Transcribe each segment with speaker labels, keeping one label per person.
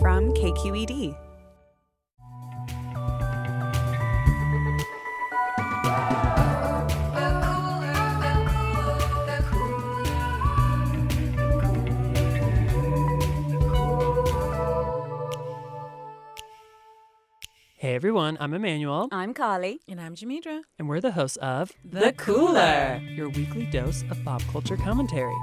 Speaker 1: from
Speaker 2: E
Speaker 1: KQED.
Speaker 3: Hey everyone, I'm Emmanuel,
Speaker 2: I'm Carly.
Speaker 4: And I'm Jamidra.
Speaker 3: and we're the hosts of
Speaker 4: The Cooler.
Speaker 3: your weekly dose of pop culture commentary.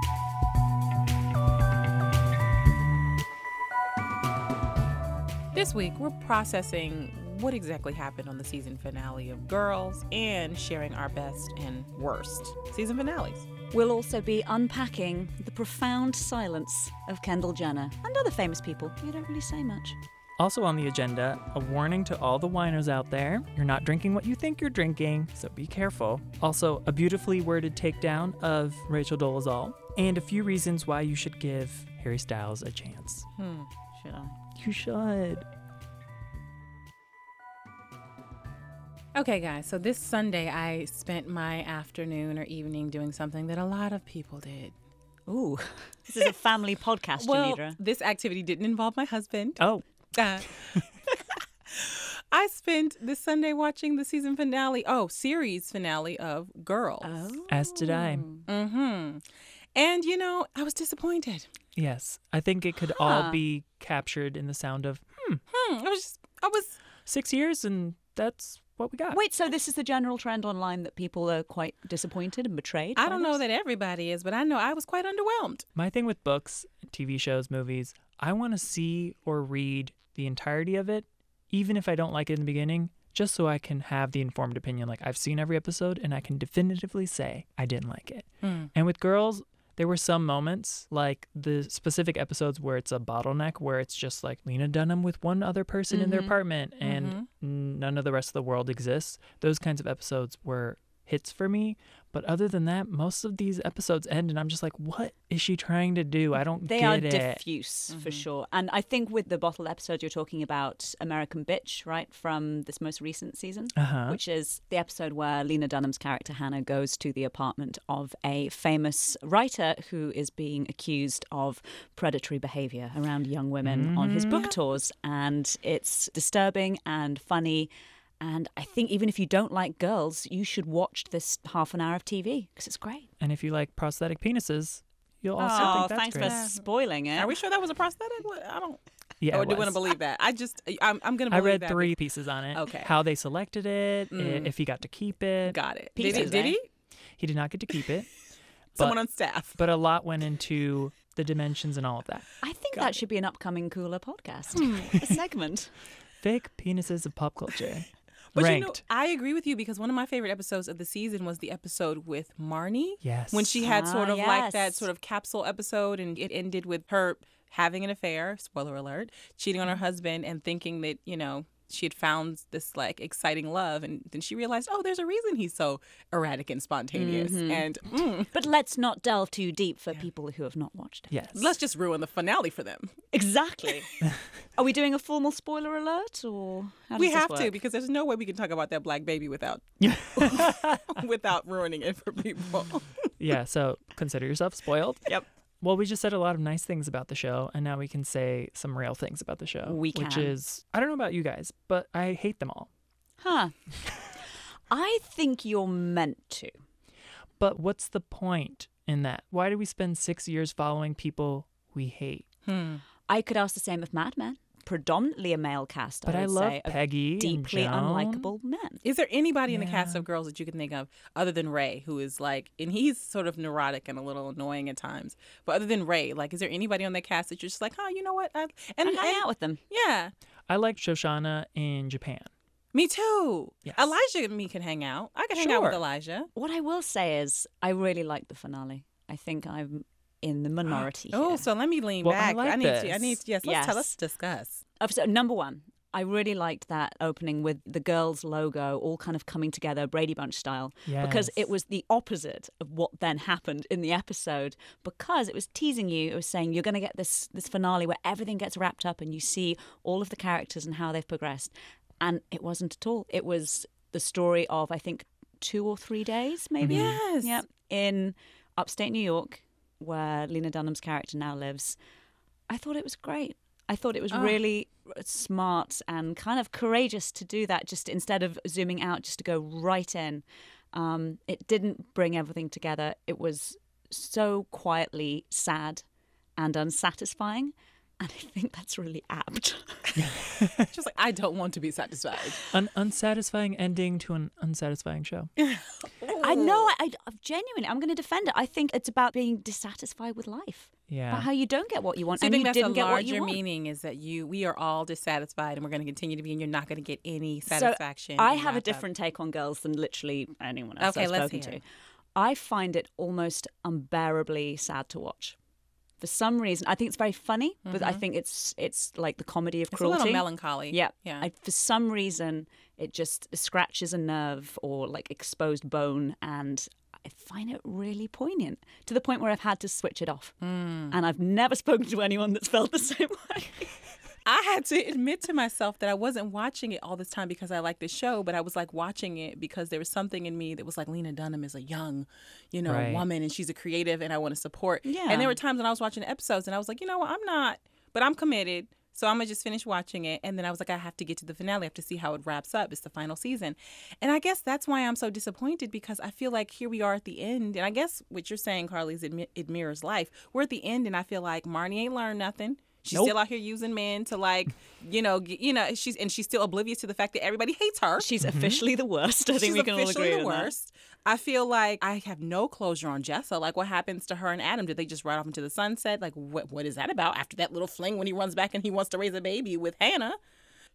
Speaker 4: This week, we're processing what exactly happened on the season finale of Girls and sharing our best and worst season finales.
Speaker 2: We'll also be unpacking the profound silence of Kendall Jenner and other famous people. You don't really say much.
Speaker 3: Also on the agenda, a warning to all the winos out there you're not drinking what you think you're drinking, so be careful. Also, a beautifully worded takedown of Rachel Dolezal, and a few reasons why you should give Harry Styles a chance.
Speaker 4: Hmm, should I?
Speaker 3: You should.
Speaker 4: Okay, guys, so this Sunday, I spent my afternoon or evening doing something that a lot of people did.
Speaker 2: Ooh, this is a family podcast,
Speaker 4: Well,
Speaker 2: Jamidra.
Speaker 4: this activity didn't involve my husband.
Speaker 3: Oh,
Speaker 4: Uh, I spent this Sunday watching the season finale, oh, series finale of Girls.
Speaker 3: as did I.
Speaker 4: Mm-hmm. And, you know, I was disappointed.
Speaker 3: Yes, I think it could all be captured in the sound of
Speaker 4: Hmm. I was just, I was,
Speaker 3: six years, and that's what we got.
Speaker 2: Wait, so this is the general trend online that people are quite disappointed and betrayed?
Speaker 4: I
Speaker 2: by
Speaker 4: don't know
Speaker 2: this?
Speaker 4: that everybody is, but I know I was quite underwhelmed.
Speaker 3: My thing with books, TV shows, movies, I want to see or read the entirety of it, even if I don't like it in the beginning, just so I can have the informed opinion. Like, I've seen every episode and I can definitively say I didn't like it.
Speaker 4: Mm.
Speaker 3: And with girls, there were some moments, like the specific episodes where it's a bottleneck, where it's just like Lena Dunham with one other person in their
Speaker 4: Mm-hmm.
Speaker 3: apartment and none of the rest of the world exists. Those kinds of episodes were hits for me. But other than that, most of these episodes end and I'm just like, what is she trying to do? I don't
Speaker 2: They
Speaker 3: get
Speaker 2: are
Speaker 3: it. Mm-hmm.
Speaker 2: diffuse for sure. And I think with the bottle episode, you're talking about American Bitch, right? From this most recent season,
Speaker 3: Uh-huh.
Speaker 2: which is the episode where Lena Dunham's character Hannah goes to the apartment of a famous writer who is being accused of predatory behavior around young women on his
Speaker 3: Mm.
Speaker 2: book tours. And it's disturbing and funny. And I think even if you don't like girls, you should watch this half an hour of TV because it's great.
Speaker 3: and if you like prosthetic penises, you'll also
Speaker 2: oh,
Speaker 3: think that's
Speaker 2: thanks
Speaker 3: great.
Speaker 2: for spoiling it.
Speaker 4: Are we sure that was a prosthetic? What- I don't.
Speaker 3: Yeah,
Speaker 4: Oh, I
Speaker 3: it
Speaker 4: do want to
Speaker 3: was.
Speaker 4: believe that. I just, I'm, I'm gonna.
Speaker 3: I
Speaker 4: Believe
Speaker 3: read
Speaker 4: that.
Speaker 3: three pieces on it.
Speaker 4: Okay. Mm.
Speaker 3: How they selected it, i- if he got to keep it.
Speaker 4: Got it.
Speaker 2: Pieces,
Speaker 4: did he? Did
Speaker 2: eh?
Speaker 4: he?
Speaker 3: He did not get to keep it.
Speaker 4: Someone
Speaker 3: but-
Speaker 4: on staff.
Speaker 3: but a lot went into the dimensions and all of that.
Speaker 2: I think that should be an upcoming cooler podcast. a segment.
Speaker 3: Fake penises of pop culture.
Speaker 4: But you know,
Speaker 3: ranked.
Speaker 4: I agree with you because one of my favorite episodes of the season was the episode with Marnie.
Speaker 3: Yes.
Speaker 4: When she had sort
Speaker 2: Ah,
Speaker 4: of like that
Speaker 2: yes.
Speaker 4: sort of capsule episode and it ended with her having an affair, spoiler alert, cheating
Speaker 3: Mm-hmm.
Speaker 4: on her husband and thinking that, you know, she had found this like exciting love and then she realized, oh, there's a reason he's so erratic and spontaneous.
Speaker 3: Mm-hmm.
Speaker 4: And mm,
Speaker 2: But let's not delve too deep for people who have not watched it.
Speaker 3: yes.
Speaker 4: let's just ruin the finale for them.
Speaker 2: Exactly. Are we doing a formal spoiler alert or how does
Speaker 4: we
Speaker 2: this
Speaker 4: have to
Speaker 2: work?
Speaker 4: because there's no way we can talk about that black baby without without ruining it for people.
Speaker 3: yeah. So consider yourself spoiled.
Speaker 4: Yep.
Speaker 3: Well, we just said a lot of nice things about the show, and now we can say some real things about the show.
Speaker 2: We
Speaker 3: Which
Speaker 2: can.
Speaker 3: is, I don't know about you guys, but I hate them all.
Speaker 2: Huh. I think you're meant to.
Speaker 3: But what's the point in that? Why do we spend six years following people we hate?
Speaker 2: I could ask the same of Mad Men, predominantly a male cast.
Speaker 3: But I,
Speaker 2: would
Speaker 3: love
Speaker 2: say, of
Speaker 3: Peggy. and
Speaker 2: deeply
Speaker 3: Joan.
Speaker 2: unlikable men.
Speaker 4: Is there anybody in the cast of girls that you can think of other than Ray who is like, and he's sort of neurotic and a little annoying at times, but other than Ray, like, is there anybody on that cast that you're just like, oh, you know what? I, and,
Speaker 2: And hang
Speaker 4: and-
Speaker 2: out with them.
Speaker 4: yeah,
Speaker 3: I liked Shoshana in Japan.
Speaker 4: me too.
Speaker 3: Yes.
Speaker 4: Elijah and me can hang out. I can hang out with
Speaker 3: Sure.
Speaker 4: Elijah.
Speaker 2: What I will say is, I really liked the finale. I think I'm in the minority.
Speaker 4: Oh,
Speaker 2: here.
Speaker 4: so let me lean
Speaker 3: Well, I
Speaker 4: back.
Speaker 3: like
Speaker 4: need to. I
Speaker 3: this.
Speaker 4: need to. Yes, let's,
Speaker 2: Yes.
Speaker 4: tell, let's discuss.
Speaker 2: Oh, so number one, I really liked that opening with the girls' logo all kind of coming together, Brady Bunch style, because
Speaker 3: Yes.
Speaker 2: it was the opposite of what then happened in the episode. Because it was teasing you, it was saying you're going to get this this finale where everything gets wrapped up and you see all of the characters and how they've progressed, and it wasn't at all. It was the story of I think two or three days, maybe.
Speaker 4: Yes.
Speaker 2: Yeah, in upstate New York, where Lena Dunham's character now lives. I thought it was great. I thought it was
Speaker 4: Oh.
Speaker 2: really smart and kind of courageous to do that. Just instead of zooming out, just to go right in. Um, it didn't bring everything together. It was so quietly sad and unsatisfying, and I think that's really apt.
Speaker 4: Just like I don't want to be satisfied.
Speaker 3: An unsatisfying ending to an unsatisfying show.
Speaker 2: I know. I, I I'm genuinely, I'm going to defend it. I think it's about being dissatisfied with life, about
Speaker 3: Yeah.
Speaker 2: how you don't get what you want,
Speaker 4: So I
Speaker 2: and
Speaker 4: think
Speaker 2: you
Speaker 4: that's a
Speaker 2: didn't get what you
Speaker 4: larger
Speaker 2: want.
Speaker 4: meaning is that you we are all dissatisfied and we're going to continue to be and you're not going to get any
Speaker 2: So,
Speaker 4: satisfaction.
Speaker 2: I
Speaker 4: and
Speaker 2: have a
Speaker 4: wrap up.
Speaker 2: different take on girls than literally anyone else
Speaker 4: Okay,
Speaker 2: I've
Speaker 4: let's
Speaker 2: spoken
Speaker 4: hear
Speaker 2: to.
Speaker 4: it.
Speaker 2: I find it almost unbearably sad to watch. For some reason, I think it's very funny, but I think it's it's like the comedy of
Speaker 4: Mm-hmm. It's a
Speaker 2: cruelty.
Speaker 4: little melancholy.
Speaker 2: Yeah,
Speaker 4: yeah.
Speaker 2: I, for some reason, it just scratches a nerve or like exposed bone, and I find it really poignant to the point where I've had to switch it off.
Speaker 4: Mm.
Speaker 2: And I've never spoken to anyone that's felt the same way.
Speaker 4: I had to admit to myself that I wasn't watching it all this time because I liked the show, but I was like watching it because there was something in me that was like Lena Dunham is a young, you know,
Speaker 3: Right.
Speaker 4: woman and she's a creative and I want to support.
Speaker 2: Yeah.
Speaker 4: And there were times when I was watching the episodes and I was like, you know what, I'm not, but I'm committed. So I'm gonna just finish watching it. And then I was like, I have to get to the finale. I have to see how it wraps up. It's the final season. And I guess that's why I'm so disappointed because I feel like here we are at the end. And I guess what you're saying, Carly, is it, mi- it mirrors life. We're at the end and I feel like Marnie ain't learned nothing. She's still out here using men to like, you know, g- you know, she's and she's still oblivious to the fact that everybody hates her.
Speaker 2: She's officially the worst. I think
Speaker 4: She's
Speaker 2: we can all
Speaker 4: officially
Speaker 2: agree
Speaker 4: the
Speaker 2: on that.
Speaker 4: worst. I feel like I have no closure on Jessa. Like, what happens to her and Adam? Did they just ride off into the sunset? Like, what what is that about? After that little fling, when he runs back and he wants to raise a baby with Hannah,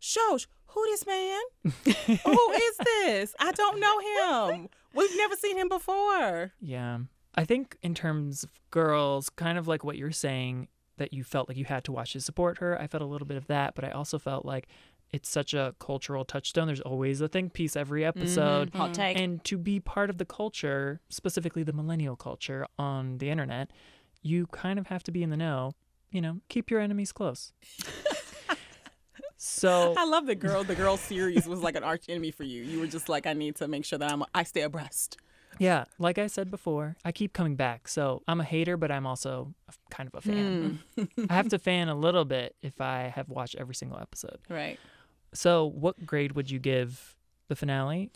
Speaker 4: Shosh, who this man? who is this? I don't know him. We've never seen him before.
Speaker 3: Yeah. I think in terms of girls, kind of like what you're saying, that you felt like you had to watch to support her. I felt a little bit of that, but I also felt like it's such a cultural touchstone. There's always a think piece every episode.
Speaker 4: Mm.
Speaker 2: Hot take.
Speaker 3: And to be part of the culture, specifically the millennial culture on the internet, you kind of have to be in the know. You know, keep your enemies close. so
Speaker 4: I love the girl. The girl series was like an arch enemy for you. You were just like, I need to make sure that I'm I stay abreast.
Speaker 3: yeah, like I said before, I keep coming back. So I'm a hater, but I'm also a f- kind of a fan.
Speaker 4: Hmm.
Speaker 3: I have to fan a little bit if I have watched every single episode.
Speaker 4: Right.
Speaker 3: So what grade would you give the finale?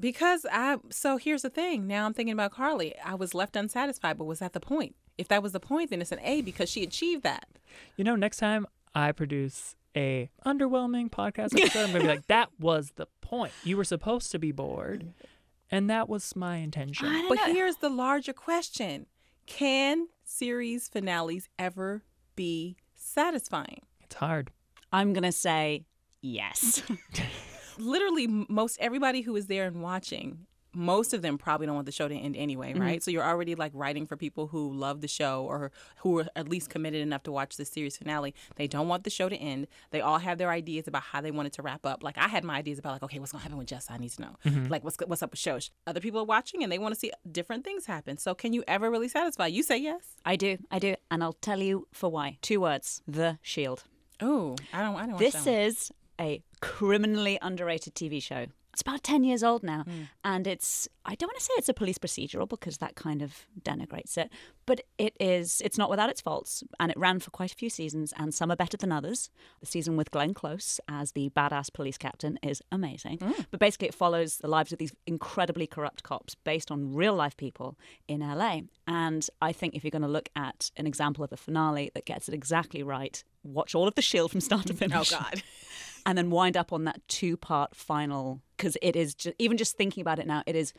Speaker 4: because I so here's the thing. Now I'm thinking about Carly. I was left unsatisfied, but was that the point? If that was the point, then it's an A because she achieved that.
Speaker 3: You know, next time I produce a underwhelming podcast episode, I'm gonna be like, that was the point. You were supposed to be bored, and that was my intention.
Speaker 4: But here's the larger question. Can series finales ever be satisfying?
Speaker 3: It's hard.
Speaker 2: I'm going to say yes.
Speaker 4: Literally m- most everybody who is there and watching most of them probably don't want the show to end anyway, right? So you're already like writing for people who love the show or who are at least committed enough to watch the series finale. They don't want the show to end. They all have their ideas about how they want it to wrap up. Like I had my ideas about like, okay, what's gonna happen with Jessa? I need to know. Like what's what's up with Shosh? Other people are watching and they want to see different things happen. So can you ever really satisfy? You say yes.
Speaker 2: I do. I do. And I'll tell you for why. Two words The Shield.
Speaker 4: Oh, I don't. I don't.
Speaker 2: This is a criminally underrated TV show. It's about 10 years old now.
Speaker 4: Hmm.
Speaker 2: And it's, I don't want to say it's a police procedural because that kind of denigrates it, but it is, it's not without its faults. And it ran for quite a few seasons, and some are better than others. The season with Glenn Close as the badass police captain is amazing.
Speaker 4: Hmm.
Speaker 2: But basically, it follows the lives of these incredibly corrupt cops based on real life people in LA. And I think if you're going to look at an example of a finale that gets it exactly right, watch all of The Shield E from start to
Speaker 4: Oh
Speaker 2: finish
Speaker 4: God.
Speaker 2: and then wind up on that two part final because it is just, even just thinking about it now it is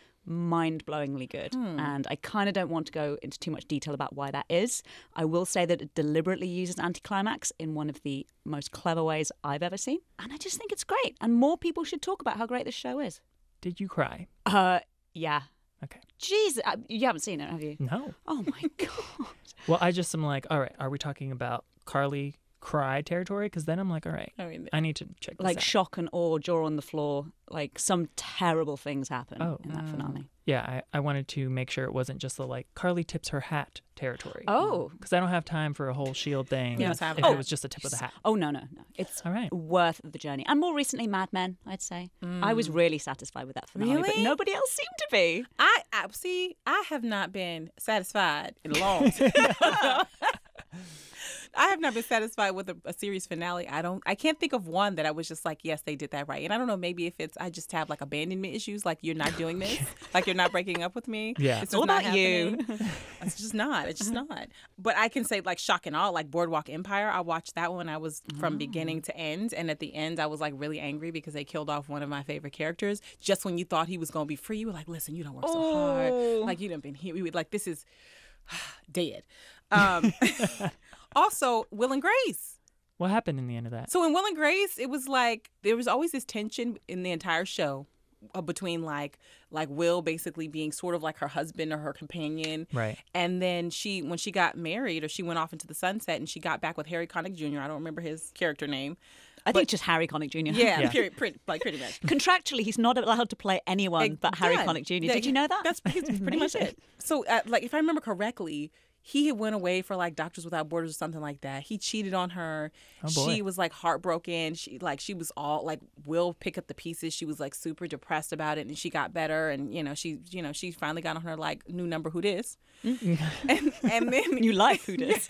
Speaker 2: mind-blowingly good and i kind of don't want to go into too much detail about why that is i will say that it deliberately uses anticlimax in one of the most clever ways i've ever seen and i just think it's great and more people should talk about how great this show is
Speaker 3: Did you cry?
Speaker 2: uh yeah
Speaker 3: Okay.
Speaker 2: jesus uh, you haven't seen it have you
Speaker 3: No.
Speaker 2: oh my god
Speaker 3: Well, I just am like, all right, are we talking about Carly cry territory? Because then I'm like, all right,
Speaker 4: I mean,
Speaker 3: I need to check this
Speaker 2: like
Speaker 3: out.
Speaker 2: shock and awe jaw on the floor like some terrible things happen
Speaker 3: Oh.
Speaker 2: in that finale
Speaker 3: yeah, I, I wanted to make sure it wasn't just the like Carly tips her hat territory.
Speaker 2: Oh.
Speaker 3: Because I don't have time for a whole shield thing.
Speaker 4: Yeah.
Speaker 3: if
Speaker 4: Have-
Speaker 3: it
Speaker 4: oh.
Speaker 3: was just the tip of the hat.
Speaker 2: Oh no, no, no! It's
Speaker 3: All right.
Speaker 2: worth the journey. And more recently, Mad Men. I'd say I was really satisfied with that finale, but
Speaker 4: Really?
Speaker 2: nobody else seemed to be.
Speaker 4: I, I see. I have not been satisfied in a long time. have not been satisfied with a, a series finale. I don't. I can't think of one that I was just like, yes, they did that right. And I don't know. Maybe if it's I just have like abandonment issues, like you're not doing this, like you're not breaking up with me.
Speaker 3: Yeah.
Speaker 4: This
Speaker 2: It's all
Speaker 4: is not
Speaker 2: about you.
Speaker 4: happening. It's just not. It's just not. But I can say like shock and awe, like Boardwalk Empire. I watched that one. I was from beginning to end, and at the end, I was like really angry because they killed off one of my favorite characters. Just when you thought he was gonna be free, you were like, listen, you don't work so hard.
Speaker 2: Oh.
Speaker 4: Like you done been here. We would like this is dead. Um, also, Will and Grace.
Speaker 3: What happened in the end of that?
Speaker 4: So in Will and Grace, it was like there was always this tension in the entire show uh, between like like Will basically being sort of like her husband or her companion.
Speaker 3: Right.
Speaker 4: And then she when she got married or she went off into the sunset and she got back with Harry Connick Jr. I don't remember his character name.
Speaker 2: I think just Harry Connick Jr.
Speaker 4: Yeah,
Speaker 3: Yeah.
Speaker 4: Pretty, pretty, like pretty much.
Speaker 2: Contractually, he's not allowed to play anyone but Harry
Speaker 4: done.
Speaker 2: Connick Jr.
Speaker 4: Yeah,
Speaker 2: Did you know that?
Speaker 4: That's pretty, pretty much
Speaker 2: Amazing.
Speaker 4: it. So, uh, like, if I remember correctly, he had went away for like Doctors Without Borders or something like that. He cheated on her.
Speaker 3: Oh, boy.
Speaker 4: She was like heartbroken. She like she was all like will pick up the pieces. She was like super depressed about it, and she got better. And you know she you know she finally got on her like new number who dis,
Speaker 3: Mm-hmm.
Speaker 4: and and then
Speaker 2: New life, who dis?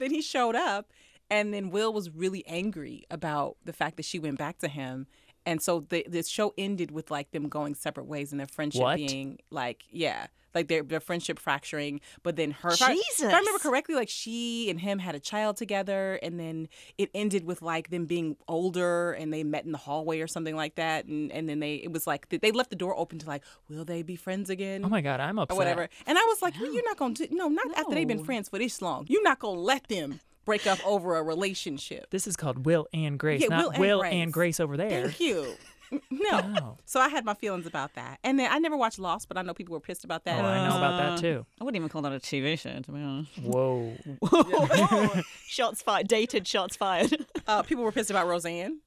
Speaker 4: then he showed up, and then Will was really angry about the fact that she went back to him. And so the the show ended with like them going separate ways and their friendship
Speaker 3: What?
Speaker 4: being like yeah like their their friendship fracturing. But then her if I- if I remember
Speaker 2: Jesus.
Speaker 4: correctly, like she and him had a child together, and then it ended with like them being older and they met in the hallway or something like that. And and then they it was like they left the door open to like will they be friends again?
Speaker 3: Oh my god, I'm upset.
Speaker 4: or whatever. And I was like, "Well, you're not gonna do, no, not after they've been
Speaker 2: No.
Speaker 4: friends for this long. You're not gonna let them break up over a relationship.
Speaker 3: This is called Will and Grace,
Speaker 4: Yeah, Will
Speaker 3: not
Speaker 4: and
Speaker 3: Will
Speaker 4: Grace.
Speaker 3: and Grace over there.
Speaker 4: Thank you. No.
Speaker 3: Wow.
Speaker 4: So I had my feelings about that. And then I never watched Lost, but I know people were pissed about
Speaker 3: Oh,
Speaker 4: that.
Speaker 3: I know about that too.
Speaker 2: I wouldn't even call that a TV show, to be honest.
Speaker 3: Whoa.
Speaker 2: shots fired. Dated shots fired.
Speaker 4: Uh, people were pissed about Roseanne.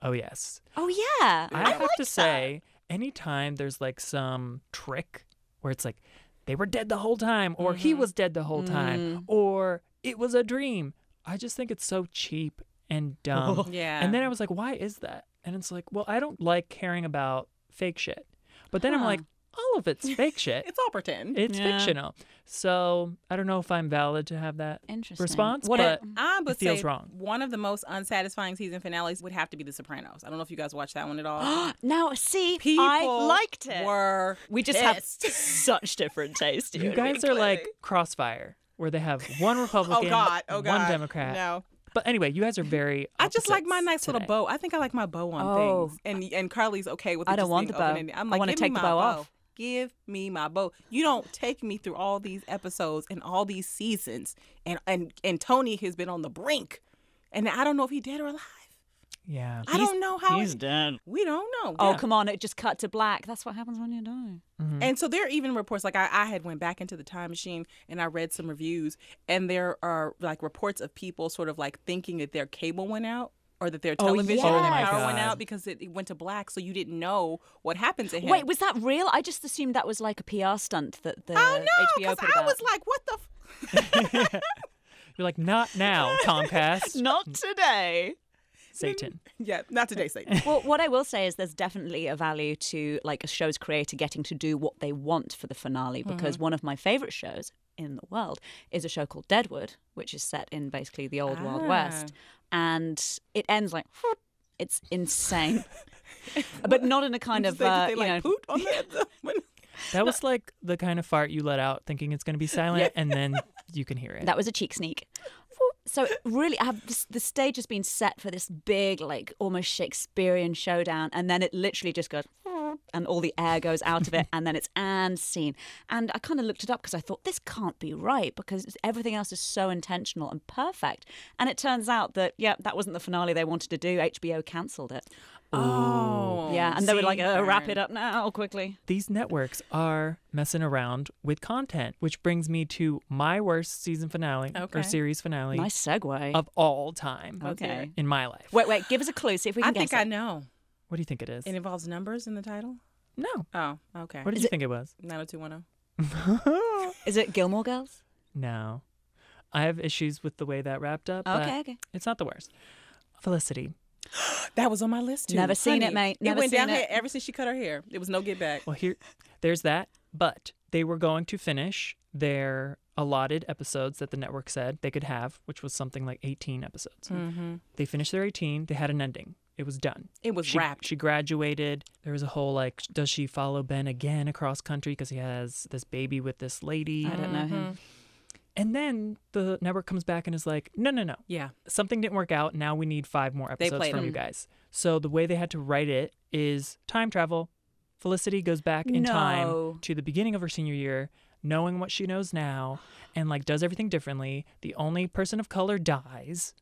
Speaker 3: Oh yes.
Speaker 2: Oh, yeah.
Speaker 3: I, have to say, anytime there's like some trick where it's like they were dead the whole time, or
Speaker 2: Mm-hmm.
Speaker 3: he was dead the whole
Speaker 2: Mm.
Speaker 3: time, or it was a dream, I just think it's so cheap and dumb.
Speaker 4: Yeah.
Speaker 3: And then I was like, why is that? And it's like, well, I don't like caring about fake shit. But then I'm
Speaker 2: Huh.
Speaker 3: like, all of it's fake shit.
Speaker 4: It's all pretend.
Speaker 3: It's
Speaker 2: Yeah.
Speaker 3: fictional. So I don't know if I'm valid to have that
Speaker 2: Interesting.
Speaker 3: response,
Speaker 2: What a-
Speaker 3: but
Speaker 4: I would
Speaker 3: feels
Speaker 4: say
Speaker 3: wrong.
Speaker 4: one of the most unsatisfying season finales would have to be The Sopranos. I don't know if you guys watched that one at all.
Speaker 2: now, see,
Speaker 4: People
Speaker 2: I liked it.
Speaker 4: Were
Speaker 2: we just
Speaker 4: pissed.
Speaker 2: have such different taste.
Speaker 3: you guys are like crossfire, where they have one Republican,
Speaker 4: oh God, oh God,
Speaker 3: one Democrat.
Speaker 4: No,
Speaker 3: But anyway, you guys are very.
Speaker 4: I just like my
Speaker 3: opposites
Speaker 4: nice little
Speaker 3: today.
Speaker 4: bow. I think I like my bow on
Speaker 2: Oh.
Speaker 4: things. And and Carly's okay with. It
Speaker 2: I don't
Speaker 4: just
Speaker 2: want
Speaker 4: being
Speaker 2: the bow.
Speaker 4: open-ended. I'm
Speaker 2: I
Speaker 4: like,
Speaker 2: wanna
Speaker 4: give
Speaker 2: take
Speaker 4: me
Speaker 2: the
Speaker 4: my
Speaker 2: bow
Speaker 4: bow
Speaker 2: off.
Speaker 4: Give me my bow. You don't take me through all these episodes and all these seasons. And and and Tony has been on the brink, and I don't know if he dead or alive.
Speaker 3: Yeah.
Speaker 4: I don't know how.
Speaker 2: He's
Speaker 4: it-
Speaker 2: dead.
Speaker 4: we don't know.
Speaker 2: Oh,
Speaker 4: Yeah.
Speaker 2: come on. It just cut to black. That's what happens when you die.
Speaker 4: And so there are even reports like I, I had went back into the time machine and I read some reviews and there are like reports of people sort of like thinking that their cable went out or that their
Speaker 2: Oh,
Speaker 4: television and
Speaker 2: yes. Oh, my
Speaker 4: power went
Speaker 3: God.
Speaker 4: out because it, it went to black so you didn't know what happened to him.
Speaker 2: Wait, was that real? I just assumed that was like a PR stunt that the
Speaker 4: oh no,
Speaker 2: HBO
Speaker 4: because
Speaker 2: put
Speaker 4: I
Speaker 2: about.
Speaker 4: was like, what the f-
Speaker 3: You're like, not now, Comcast,
Speaker 2: not today.
Speaker 3: Satan.
Speaker 4: Yeah, not today, Satan.
Speaker 2: well, what I will say is there's definitely a value to like a show's creator getting to do what they want for the finale because
Speaker 4: Mm-hmm.
Speaker 2: one of my favorite shows in the world is a show called Deadwood, which is set in basically the old Wild West,
Speaker 4: Ah.
Speaker 2: and it ends like it's insane, but not in a kind
Speaker 4: Did
Speaker 2: of
Speaker 4: they, did
Speaker 2: uh,
Speaker 4: they
Speaker 2: you
Speaker 4: like
Speaker 2: know.
Speaker 4: poot on the, when-
Speaker 3: That was like the kind of fart you let out thinking it's going to be silent and then you can hear it.
Speaker 2: That was a cheek sneak. So it really, I have this, the stage has been set for this big, like almost Shakespearean showdown, and then it literally just goes, and all the air goes out of it, and then it's and scene. And I kind of looked it up because I thought this can't be right because it's- everything else is so intentional and perfect. And it turns out that yeah, that wasn't the finale they wanted to do. HBO cancelled it.
Speaker 4: Oh.
Speaker 2: yeah, and they were
Speaker 4: see,
Speaker 2: like, oh, wrap
Speaker 4: Karen.
Speaker 2: it up now quickly.
Speaker 3: These networks are messing around with content, which brings me to my worst season finale
Speaker 4: Okay.
Speaker 3: or series finale
Speaker 2: Nice segue.
Speaker 3: of all time
Speaker 2: okay.
Speaker 3: in my life.
Speaker 2: Wait, wait, give us a clue. See if we can
Speaker 4: I
Speaker 2: guess.
Speaker 4: think I
Speaker 2: it.
Speaker 4: know.
Speaker 3: What do you think it is?
Speaker 4: It involves numbers in the title.
Speaker 3: no.
Speaker 4: Oh, okay.
Speaker 3: What did
Speaker 2: Is
Speaker 3: you
Speaker 2: it-
Speaker 3: think it was?
Speaker 4: 90210.
Speaker 2: Is it Gilmore Girls?
Speaker 3: No. I have issues with the way that wrapped up. but
Speaker 2: Okay, okay.
Speaker 3: It's not the worst. Felicity.
Speaker 4: That was on my list too.
Speaker 2: Never seen it,
Speaker 4: Honey,
Speaker 2: mate. Never
Speaker 4: it went
Speaker 2: seen
Speaker 4: down
Speaker 2: it.
Speaker 4: here ever since she cut her hair. It was no get back.
Speaker 3: Well, here, there's that. But they were going to finish their allotted episodes that the network said they could have, which was something like 18 episodes.
Speaker 4: Mm-hmm.
Speaker 3: They finished their 18, they had an ending. It was done.
Speaker 4: It was
Speaker 3: she,
Speaker 4: wrapped.
Speaker 3: She graduated. There was a whole like, does she follow Ben again across country because he has this baby with this lady?
Speaker 2: I
Speaker 4: Mm-hmm.
Speaker 2: don't know him.
Speaker 3: And then the network comes back and is like, no, no, no.
Speaker 4: Yeah.
Speaker 3: Something didn't work out. Now we need five more
Speaker 4: They
Speaker 3: episodes
Speaker 4: played
Speaker 3: from you guys. So the way they had to write it is time travel. Felicity goes back in
Speaker 2: No.
Speaker 3: time to the beginning of her senior year, knowing what she knows now, and like does everything differently. The only person of color dies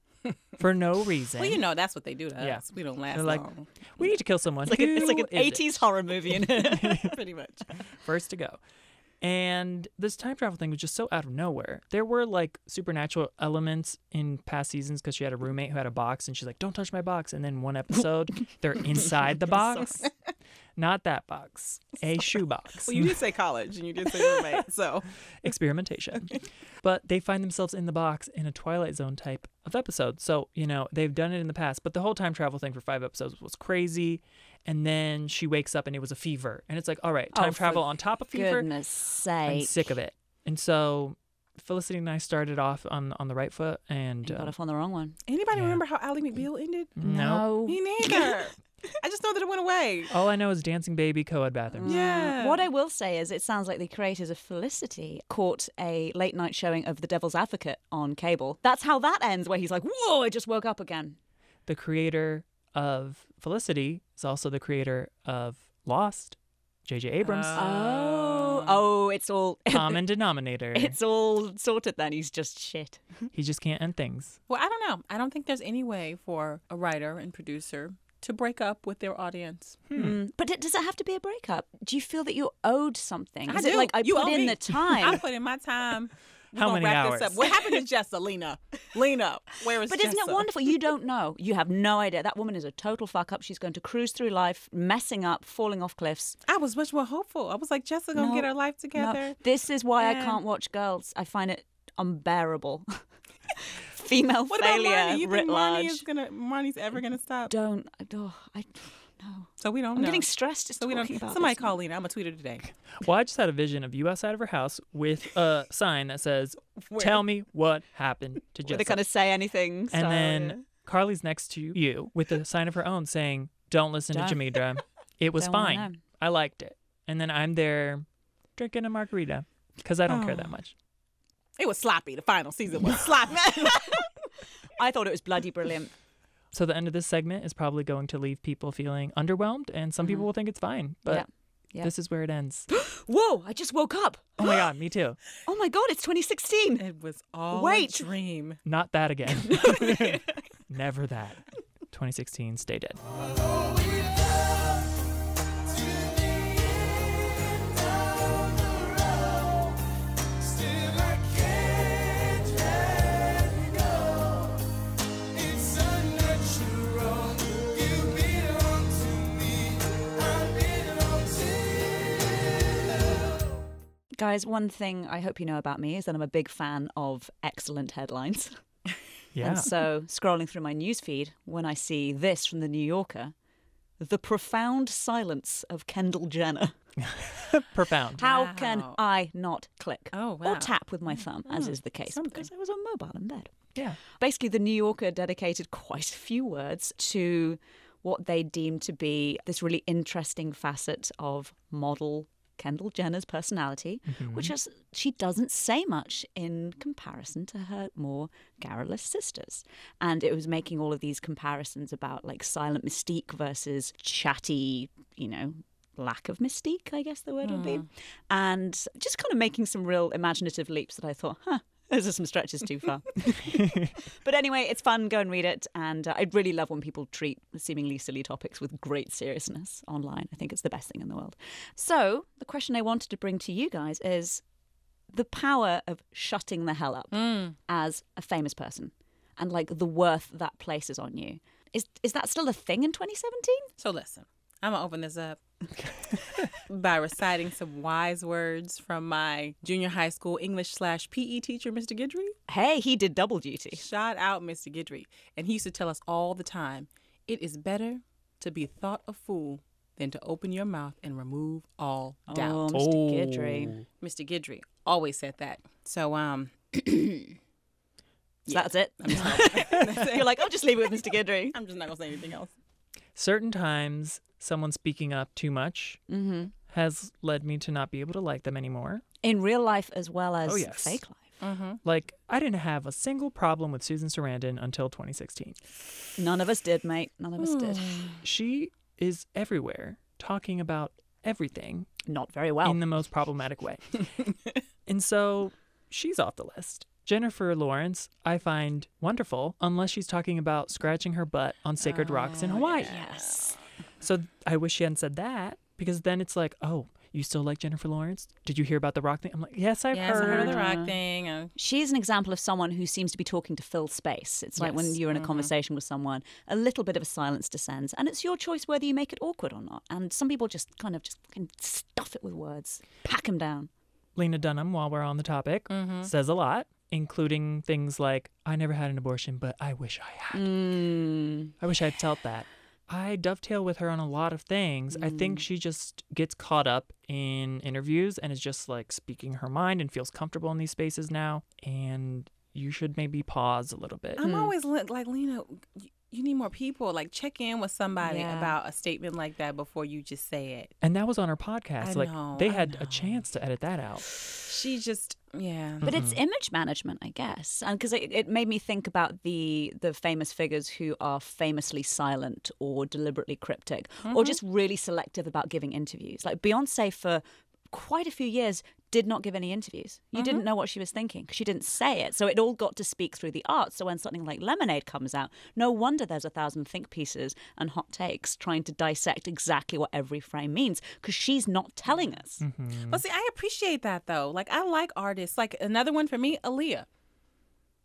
Speaker 3: for no reason.
Speaker 4: Well, you know that's what they do to
Speaker 3: Yeah.
Speaker 4: us. We don't last
Speaker 3: They're like,
Speaker 4: long.
Speaker 3: we need to kill someone.
Speaker 2: It's like, a,
Speaker 3: Who
Speaker 2: it's like an
Speaker 3: is it?
Speaker 2: 80s horror movie in it, pretty much.
Speaker 3: first to go. And this time travel thing was just so out of nowhere. There were like supernatural elements in past seasons because she had a roommate who had a box and she's like, don't touch my box. And then one episode, they're inside the box. Not that box, a shoebox.
Speaker 4: Well, you did say college and you did say roommate, so
Speaker 3: Experimentation. But they find themselves in the box in a Twilight Zone type of episode. So, you know, they've done it in the past, but the whole time travel thing for five episodes was crazy. And then she wakes up and it was a fever. And it's like, all right,
Speaker 2: Oh,
Speaker 3: time
Speaker 2: for
Speaker 3: travel on top of fever.
Speaker 2: Goodness sake.
Speaker 3: I'm sick of it. And so Felicity and I started off on on the right foot, and
Speaker 2: You got
Speaker 3: uh,
Speaker 2: off on the wrong one.
Speaker 4: anybody
Speaker 3: Yeah.
Speaker 4: remember how Ally McBeal ended?
Speaker 3: no.
Speaker 4: Me neither. I just know that it went away.
Speaker 3: All I know is dancing baby co-ed
Speaker 2: Mm.
Speaker 3: bathrooms.
Speaker 4: Yeah.
Speaker 2: What I will say is, it sounds like the creators of Felicity caught a late night showing of The Devil's Advocate on cable. That's how that ends, where he's like, "Whoa, I just woke up again."
Speaker 3: The creator of Felicity is also the creator of Lost, J.J. Abrams.
Speaker 4: Uh.
Speaker 2: Oh,
Speaker 4: Oh.
Speaker 2: oh, it's all,
Speaker 3: Common denominator.
Speaker 2: it's all sorted. Then he's just shit.
Speaker 3: He just can't end things.
Speaker 4: Well, I don't know. I don't think there's any way for a writer and producer to break up with their audience.
Speaker 3: Hmm.
Speaker 2: Mm. But it, does it have to be a breakup? Do you feel that you're owed something?
Speaker 4: I
Speaker 2: Is it
Speaker 4: do.
Speaker 2: like I
Speaker 4: You
Speaker 2: put
Speaker 4: owe
Speaker 2: in
Speaker 4: me.
Speaker 2: the
Speaker 4: I
Speaker 2: time?
Speaker 4: put in my time. We're
Speaker 3: How
Speaker 4: gonna
Speaker 3: many
Speaker 4: wrap
Speaker 3: hours?
Speaker 4: This up. What happened to Jessa, Lena? Lena, where is
Speaker 2: But isn't it
Speaker 4: Jessa?
Speaker 2: wonderful? You don't know. You have no idea. That woman is a total fuck up. She's going to cruise through life, messing up, falling off cliffs.
Speaker 4: I was much more hopeful. I was like, Jessa gonna
Speaker 2: No,
Speaker 4: get her life
Speaker 2: No,
Speaker 4: together.
Speaker 2: this is why I
Speaker 4: and-
Speaker 2: can't watch girls. I find it unbearable. Female
Speaker 4: What about
Speaker 2: failure
Speaker 4: Marnie? You
Speaker 2: writ
Speaker 4: think
Speaker 2: large.
Speaker 4: Marnie is gonna Marnie's ever gonna stop?
Speaker 2: Don't. Oh, I. No.
Speaker 4: So we don't
Speaker 2: I'm
Speaker 4: know.
Speaker 2: getting stressed just
Speaker 4: so we
Speaker 2: talking
Speaker 4: don't.
Speaker 2: about
Speaker 4: Somebody
Speaker 2: this.
Speaker 4: call Lena. I'm gonna tweet her today.
Speaker 3: Well, I just had a vision of you outside of her house with a sign that says,
Speaker 4: Where-
Speaker 3: "Tell me what happened to
Speaker 2: Where they
Speaker 3: Jessica."
Speaker 2: kind of say anything.
Speaker 3: and
Speaker 2: so,
Speaker 3: then
Speaker 2: yeah.
Speaker 3: Carly's next to you with a sign of her own saying, "Don't listen
Speaker 2: Don't.
Speaker 3: to Jamidra. It was
Speaker 2: Don't wanna know.
Speaker 3: fine. I liked it." And then I'm there drinking a margarita because I don't care
Speaker 2: Oh.
Speaker 3: that much.
Speaker 4: It was sloppy. The final season was sloppy.
Speaker 2: I thought it was bloody brilliant.
Speaker 3: So the end of this segment is probably going to leave people feeling underwhelmed, and some people will think it's fine, but.
Speaker 2: Mm-hmm. Yeah. Yeah.
Speaker 3: This is where it ends.
Speaker 2: Whoa! I just woke up.
Speaker 3: Oh my God, me too.
Speaker 2: Oh my god! It's 2016.
Speaker 4: it was all
Speaker 2: Wait.
Speaker 4: a dream.
Speaker 3: Not that again. Never that. 2016, stay dead.
Speaker 2: Guys, one thing I hope you know about me is that I'm a big fan of excellent headlines.
Speaker 3: Yeah.
Speaker 2: And so, scrolling through my newsfeed, when I see this from the New Yorker, the profound silence of Kendall Jenner.
Speaker 3: Profound.
Speaker 2: How can
Speaker 4: Wow.
Speaker 2: I not click
Speaker 4: Oh,
Speaker 2: or
Speaker 4: wow. Hmm.
Speaker 2: tap with my thumb, as is the case,
Speaker 4: something.
Speaker 2: because I was on mobile in bed?
Speaker 3: Yeah.
Speaker 2: Basically, the New Yorker dedicated quite a few words to what they deemed to be this really interesting facet of model Kendall Jenner's personality, which is she doesn't say much in comparison to her more garrulous sisters. And it was making all of these comparisons about like silent mystique versus chatty, you know. Lack of mystique, I guess the word would be. And just kind of making some real imaginative leaps that I thought, huh, those are some stretches too far. But anyway, it's fun. Go and read it. And uh, I really love when people treat seemingly silly topics with great seriousness online. I think it's the best thing in the world. So, the question I wanted to bring to you guys is the power of shutting the hell up as a famous person and like the worth that places on you. Is, is that still a thing in 2017?
Speaker 4: So listen, I'm gonna open this up by reciting some wise words from my junior high school English slash PE teacher, Mr. Guidry.
Speaker 2: Hey, he did double duty.
Speaker 4: Shout out, Mr. Guidry, and he used to tell us all the time, "It is better to be thought a fool Oh. than to open your mouth and remove all doubt."
Speaker 2: Oh, Mr. Guidry.
Speaker 4: Mr. Guidry Always said that. So um,
Speaker 2: So that's it.
Speaker 4: I'm just not,
Speaker 2: You're like, I'll just leave it with Mr. Guidry.
Speaker 4: I'm just not gonna say anything else.
Speaker 3: Certain times, someone speaking up too much
Speaker 2: Mm-hmm.
Speaker 3: has led me to not be able to like them anymore.
Speaker 2: In real life as well as
Speaker 3: Oh, yes.
Speaker 2: fake life.
Speaker 3: Like, I didn't have a single problem with Susan Sarandon until 2016.
Speaker 2: None of us did, mate. None of us did.
Speaker 3: She is everywhere talking about everything
Speaker 2: Not very well.
Speaker 3: in the most problematic way. and so she's off the list. Jennifer Lawrence, I find wonderful unless she's talking about scratching her butt on sacred rocks in Hawaii.
Speaker 2: yes.
Speaker 3: So th- I wish she hadn't said that because then it's like, oh, you still like Jennifer Lawrence? Did you hear about the rock thing? I'm like, yes, I've
Speaker 4: Yes, I
Speaker 3: heard.
Speaker 4: heard of the rock thing. Uh,
Speaker 2: She's an example of someone who seems to be talking to fill space. It's like when
Speaker 3: Yes. Mm-hmm.
Speaker 2: you're in a conversation with someone, a little bit of a silence descends, and it's your choice whether you make it awkward or not. And some people just kind of just fucking stuff it with words, pack them down.
Speaker 3: Lena Dunham, while we're on the topic,
Speaker 4: Mm-hmm.
Speaker 3: says a lot, including things like, I never had an abortion, but I wish I had.
Speaker 4: Mm.
Speaker 3: I wish I'd felt that. I dovetail with her on a lot of things. I
Speaker 4: Mm.
Speaker 3: think she just gets caught up in interviews and is just like speaking her mind and feels comfortable in these spaces now. And you should maybe pause a little bit.
Speaker 4: I'm always li- like Lena. y- You need more people. Like check in with somebody
Speaker 2: Yeah.
Speaker 4: about a statement like that before you just say it.
Speaker 3: and that was on her podcast.
Speaker 4: I
Speaker 3: like
Speaker 4: know,
Speaker 3: they
Speaker 4: I
Speaker 3: had a chance to edit that out.
Speaker 4: She just yeah.
Speaker 2: But it's image management, I guess, and because it, it made me think about the the famous figures who are famously silent or deliberately cryptic or just really selective about giving interviews. Like Beyonce, for quite a few years, did not give any interviews. You didn't know what she was thinking. 'cause She didn't say it, so it all got to speak through the art. So when something like Lemonade comes out, no wonder there's a thousand think pieces and hot takes trying to dissect exactly what every frame means because she's not telling us.
Speaker 4: Well, see, I appreciate that though. Like I like artists. Like another one for me, Aaliyah.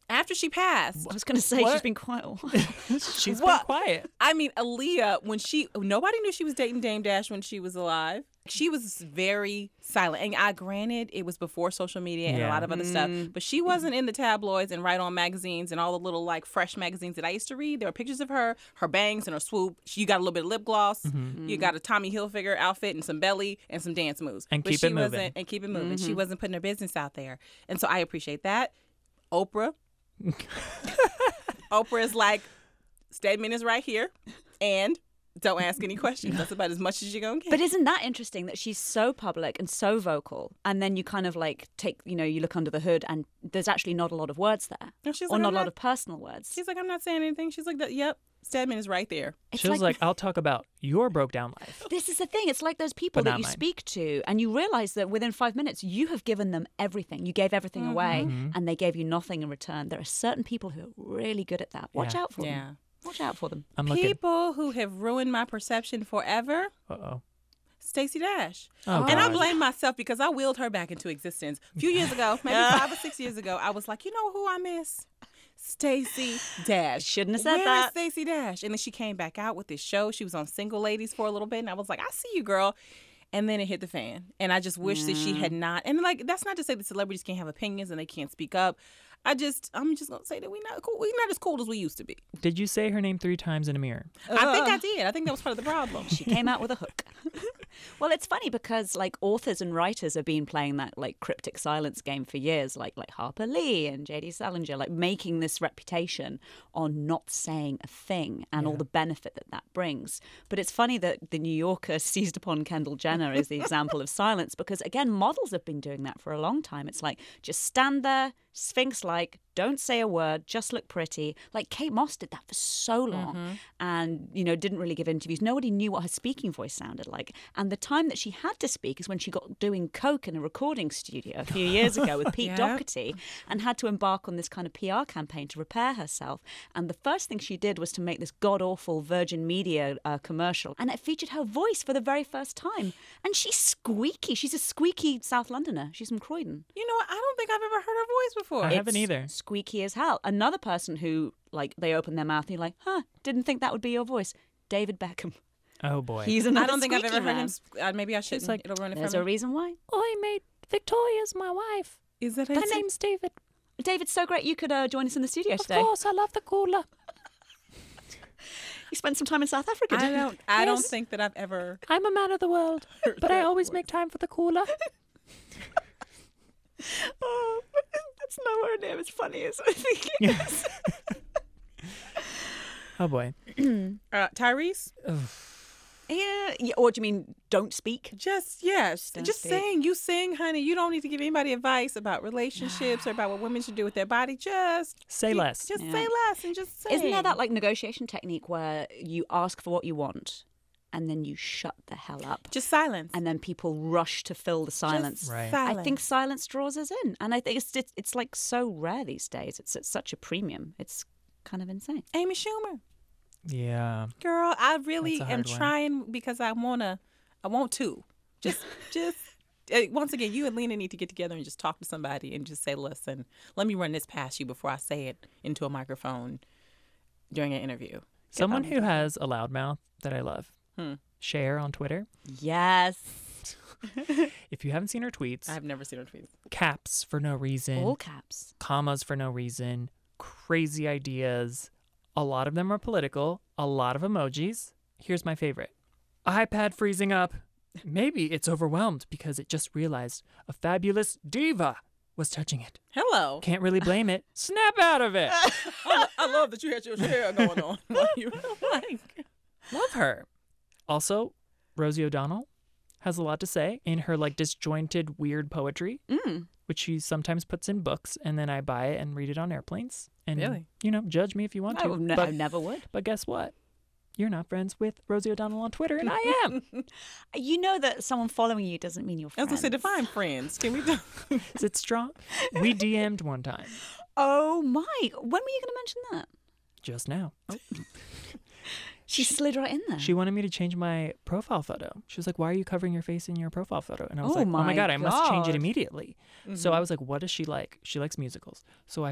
Speaker 4: After she passed,
Speaker 2: I was going to say she's
Speaker 4: What?
Speaker 2: been quite a while.
Speaker 3: She's been
Speaker 4: What?
Speaker 3: quiet.
Speaker 4: I mean, Aaliyah, when she nobody knew she was dating Dame Dash when she was alive. She was very silent. And I granted it was before social media and a
Speaker 3: Yeah. Mm-hmm.
Speaker 4: lot of other stuff, but she wasn't in the tabloids and right on magazines and all the little like fresh magazines that I used to read. There were pictures of her, her bangs and her swoop. She, you got a little bit of lip gloss.
Speaker 3: Mm-hmm.
Speaker 4: You got a Tommy Hilfiger outfit and some belly and some dance moves.
Speaker 3: And
Speaker 4: but
Speaker 3: keep
Speaker 4: she
Speaker 3: it moving. Mm-hmm.
Speaker 4: wasn't and keep it moving. She wasn't putting her business out there. And so I appreciate that. Oprah. Oprah is like, statement is right here, and don't ask any questions. That's about as much as you're gonna get.
Speaker 2: But isn't that interesting that she's so public and so vocal, and then you kind of like take, you know, you look under the hood, and there's actually not a lot of words there,
Speaker 4: And she's
Speaker 2: or
Speaker 4: like,
Speaker 2: not
Speaker 4: I'm
Speaker 2: a lot
Speaker 4: not-
Speaker 2: of personal words.
Speaker 4: she's like, I'm not saying anything. She's like, that. Yep, Stedman is right there.
Speaker 2: It's
Speaker 3: she was like, I'll talk about your broke down life.
Speaker 2: this is the thing. It's like those people that
Speaker 3: But not
Speaker 2: you
Speaker 3: mine.
Speaker 2: speak to, and you realize that within five minutes, you have given them everything. You gave everything
Speaker 4: Mm-hmm.
Speaker 2: away,
Speaker 3: Mm-hmm.
Speaker 2: and they gave you nothing in return. There are certain people who are really good at that. Watch
Speaker 3: Yeah.
Speaker 2: out for them. Watch out for them.
Speaker 3: I'm looking.
Speaker 4: People who have ruined my perception forever.
Speaker 3: Uh oh.
Speaker 4: Stacey Dash.
Speaker 3: Oh,
Speaker 4: and I
Speaker 3: God.
Speaker 4: blame myself because I willed her back into existence. A few years ago, maybe five or six years ago, I was like, you know who I miss? Stacey Dash.
Speaker 2: Shouldn't have said
Speaker 4: Where
Speaker 2: that.
Speaker 4: Stacey Dash? And then she came back out with this show. She was on Single Ladies for a little bit, and I was like, I see you, girl. And then it hit the fan. And I just wish that she had
Speaker 2: Mm.
Speaker 4: not. And like, that's not to say that celebrities can't have opinions and they can't speak up. I just, I'm just gonna say that we not cool. We not as cool as we used to be.
Speaker 3: Did you say her name three times in a mirror?
Speaker 4: I
Speaker 2: Uh-huh.
Speaker 4: think I did. I think that was part of the problem.
Speaker 2: She came out with a hook. well, it's funny because like authors and writers have been playing that like cryptic silence game for years, like like Harper Lee and J.D. Salinger, like making this reputation on not saying a thing and all the benefit that that brings. But it's funny that the New Yorker seized upon Kendall Jenner as the example of silence because again, models have been doing that for a long time. It's like just stand there, sphinx like, don't say a word, just look pretty. Like Kate Moss did that for so long and, you know, didn't really give interviews. Nobody knew what her speaking voice sounded like. And the time that she had to speak is when she got doing coke in a recording studio a few years ago with Pete
Speaker 4: Yeah.
Speaker 2: Doherty and had to embark on this kind of PR campaign to repair herself. And the first thing she did was to make this god awful Virgin Media uh, commercial. And it featured her voice for the very first time. And she's squeaky. She's a squeaky South Londoner. She's from Croydon.
Speaker 4: You know what? I don't think I've ever heard her voice before.
Speaker 3: I haven't
Speaker 2: It's
Speaker 3: either.
Speaker 2: Squeaky as hell. Another person who, like, they open their mouth and you're like, huh, didn't think that would be your voice. David Beckham.
Speaker 3: Oh boy.
Speaker 2: He's another
Speaker 4: I don't think I've
Speaker 2: squeaky
Speaker 4: ever heard
Speaker 2: man.
Speaker 4: him. sp- Uh, maybe I shouldn't.
Speaker 3: like,
Speaker 4: It'll run it
Speaker 2: There's
Speaker 4: from
Speaker 2: a reason why.
Speaker 3: I made Victoria's my wife.
Speaker 4: me. Is that
Speaker 3: Her name's David.
Speaker 2: David, so great you could uh, join us in the studio
Speaker 3: Of
Speaker 2: today.
Speaker 3: course, I love the cooler.
Speaker 2: You spent some time in South Africa,
Speaker 4: I
Speaker 2: didn't you?
Speaker 4: don't. I don't
Speaker 3: Yes.
Speaker 4: think that I've ever.
Speaker 3: I'm a man of the world, but I always make time for the cooler.
Speaker 2: oh, that's nowhere near as funny as I think it is.
Speaker 3: Oh boy.
Speaker 4: Uh, Tyrese,
Speaker 2: yeah. yeah, Or do you mean don't speak?
Speaker 4: just yes,
Speaker 2: Don't
Speaker 4: just
Speaker 2: speak.
Speaker 4: saying you sing, honey. You don't need to give anybody advice about relationships or about what women should do with their body. Just
Speaker 3: Say
Speaker 4: you-
Speaker 3: less.
Speaker 4: Just
Speaker 2: Yeah.
Speaker 4: say less and just sing.
Speaker 2: Isn't there that like negotiation technique where you ask for what you want and then you shut the hell up?
Speaker 4: just silence?
Speaker 2: And then people rush to fill the silence.
Speaker 4: Just
Speaker 3: Right.
Speaker 4: silence.
Speaker 2: I think silence draws us in, and I think it's it's, it's like so rare these days. It's at such a premium. It's kind of insane.
Speaker 4: Amy Schumer,
Speaker 3: Yeah.
Speaker 4: girl, I really
Speaker 3: That's a
Speaker 4: am
Speaker 3: hard one.
Speaker 4: trying because I wanna, I want to. Just, just. eh, Once again, you and Lena need to get together and just talk to somebody and just say, "Listen, let me run this past you before I say it into a microphone during an interview."
Speaker 3: Someone who has a loud mouth that I love.
Speaker 4: Hmm.
Speaker 3: Share on Twitter.
Speaker 2: Yes,
Speaker 3: If you haven't seen her tweets,
Speaker 4: I've never seen her tweet.
Speaker 3: caps for no reason,
Speaker 2: all caps.
Speaker 3: commas for no reason, crazy ideas. A lot of them are political, a lot of emojis. Here's my favorite iPad freezing up. Maybe it's overwhelmed because it just realized a fabulous diva was touching it.
Speaker 4: Hello.
Speaker 3: Can't really blame it. Snap out of it.
Speaker 4: I, I love that you had your hair going on. while you were like,
Speaker 3: Love her. Also, Rosie O'Donnell has a lot to say in her like disjointed, weird poetry,
Speaker 2: Mm.
Speaker 3: which she sometimes puts in books, and then I buy it and read it on airplanes. And
Speaker 4: Really?
Speaker 3: you know, judge me if you want
Speaker 2: I,
Speaker 3: to.
Speaker 2: would ne- I
Speaker 3: but,
Speaker 2: never would.
Speaker 3: but guess what? You're not friends with Rosie O'Donnell on Twitter, and I am.
Speaker 2: You know that someone following you doesn't mean you're
Speaker 4: I
Speaker 2: friends.
Speaker 4: was gonna say, define friends. Can we? Do-
Speaker 3: Is it strong? We DM'd one time
Speaker 2: Oh my! When were you going to mention that?
Speaker 3: just now.
Speaker 2: Oh. She, slid right in there.
Speaker 3: She wanted me to change my profile photo. She was like, "Why are you covering your face in your profile photo?" And I was
Speaker 2: Oh
Speaker 3: like, "Oh my
Speaker 2: my
Speaker 3: god, I must change it
Speaker 2: God. Mm-hmm.
Speaker 3: immediately." So I was like, "What does she like? She likes musicals." So I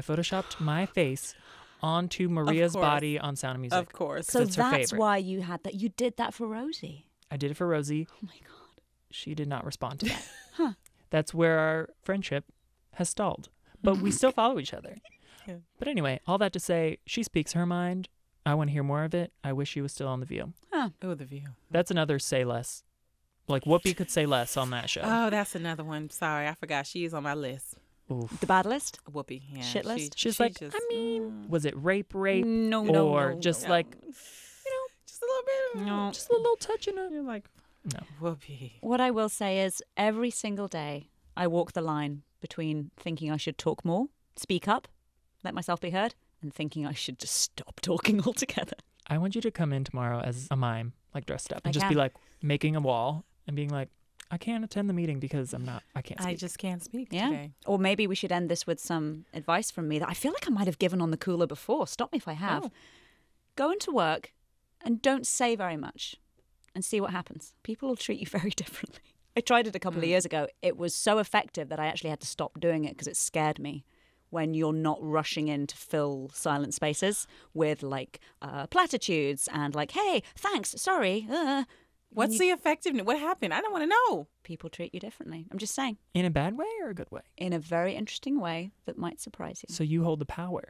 Speaker 3: photoshopped my face onto Maria's
Speaker 4: course.
Speaker 3: body on Sound of Music.
Speaker 4: of course.
Speaker 2: so
Speaker 3: that's her
Speaker 2: that's
Speaker 3: favorite.
Speaker 2: why you had that. You did that for Rosie.
Speaker 3: I did it for Rosie.
Speaker 2: Oh my god!
Speaker 3: She did not respond to that. That's where our friendship has stalled. But we still follow each other.
Speaker 4: Yeah.
Speaker 3: But anyway, all that to say, she speaks her mind. I want to hear more of it. I wish she was still on the View.
Speaker 4: Oh, the view.
Speaker 3: That's another say less. Like Whoopi could say less on that show.
Speaker 4: Oh, that's another one. Sorry, I forgot. She is on my list.
Speaker 3: Oof.
Speaker 2: The bad list?
Speaker 4: Whoopi. Yeah,
Speaker 2: Shit
Speaker 4: she-
Speaker 2: list?
Speaker 3: She's
Speaker 4: she
Speaker 3: like,
Speaker 4: just- mm.
Speaker 3: I mean, was it rape, rape,
Speaker 2: No,
Speaker 3: or
Speaker 2: no, no,
Speaker 3: just
Speaker 4: no.
Speaker 3: like
Speaker 4: just a little bit.
Speaker 2: No.
Speaker 3: just a little touch in a
Speaker 4: You're like,
Speaker 3: No.
Speaker 4: Whoopi.
Speaker 2: What I will say is every single day I walk the line between thinking I should talk more, speak up, let myself be heard, and thinking I should just stop talking altogether.
Speaker 3: I want you to come in tomorrow as a mime, like dressed up, and
Speaker 2: I
Speaker 3: just be
Speaker 2: can.
Speaker 3: like making a wall and being like, I can't attend the meeting because I'm not, I can't.
Speaker 4: I
Speaker 3: Speak.
Speaker 4: just can't speak
Speaker 2: Yeah.
Speaker 4: today.
Speaker 2: Or maybe we should end this with some advice from me that I feel like I might have given on the cooler before. Stop me if I have.
Speaker 4: Oh.
Speaker 2: Go into work and don't say very much and see what happens. People will treat you very differently. I tried it a
Speaker 4: Hmm.
Speaker 2: couple of years ago. It was so effective that I actually had to stop doing it because it scared me when you're not rushing in to fill silent spaces with like uh, platitudes and like, hey, thanks, sorry. Uh,
Speaker 4: What's the effectiveness? What happened? I don't want to know.
Speaker 2: people treat you differently. I'm just saying,
Speaker 3: in a bad way or a good way.
Speaker 2: in a very interesting way that might surprise you.
Speaker 3: So you hold the power.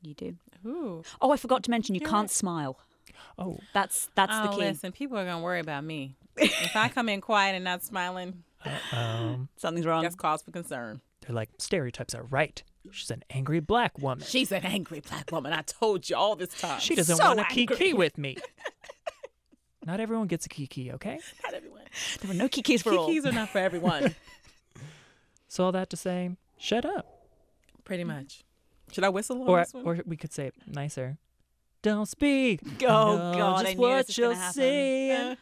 Speaker 2: You do.
Speaker 4: Ooh.
Speaker 2: Oh, I forgot to mention you
Speaker 4: You're
Speaker 2: can't
Speaker 4: right.
Speaker 2: smile.
Speaker 3: Oh,
Speaker 2: That's that's
Speaker 4: oh,
Speaker 2: the key.
Speaker 4: listen, people are gonna worry about me if I come in quiet and not smiling.
Speaker 3: um,
Speaker 2: Something's wrong.
Speaker 4: That's cause for concern.
Speaker 3: they're like stereotypes are right. She's an angry black woman.
Speaker 4: She's an angry black woman. I told you all this time.
Speaker 3: She doesn't
Speaker 2: so
Speaker 3: want a
Speaker 2: angry.
Speaker 3: kiki with me. not everyone gets a kiki, okay?
Speaker 4: not everyone.
Speaker 2: There were no kikis for all.
Speaker 4: Kikis are not for everyone.
Speaker 3: So all that to say, shut up.
Speaker 4: Pretty much. Should I whistle on
Speaker 3: or
Speaker 4: this one?
Speaker 3: or we could say it nicer. Don't speak. I
Speaker 2: Oh,
Speaker 3: know
Speaker 2: God, I
Speaker 3: just
Speaker 2: knew
Speaker 3: what
Speaker 2: this was
Speaker 3: you're
Speaker 2: gonna happen. Uh.
Speaker 3: saying.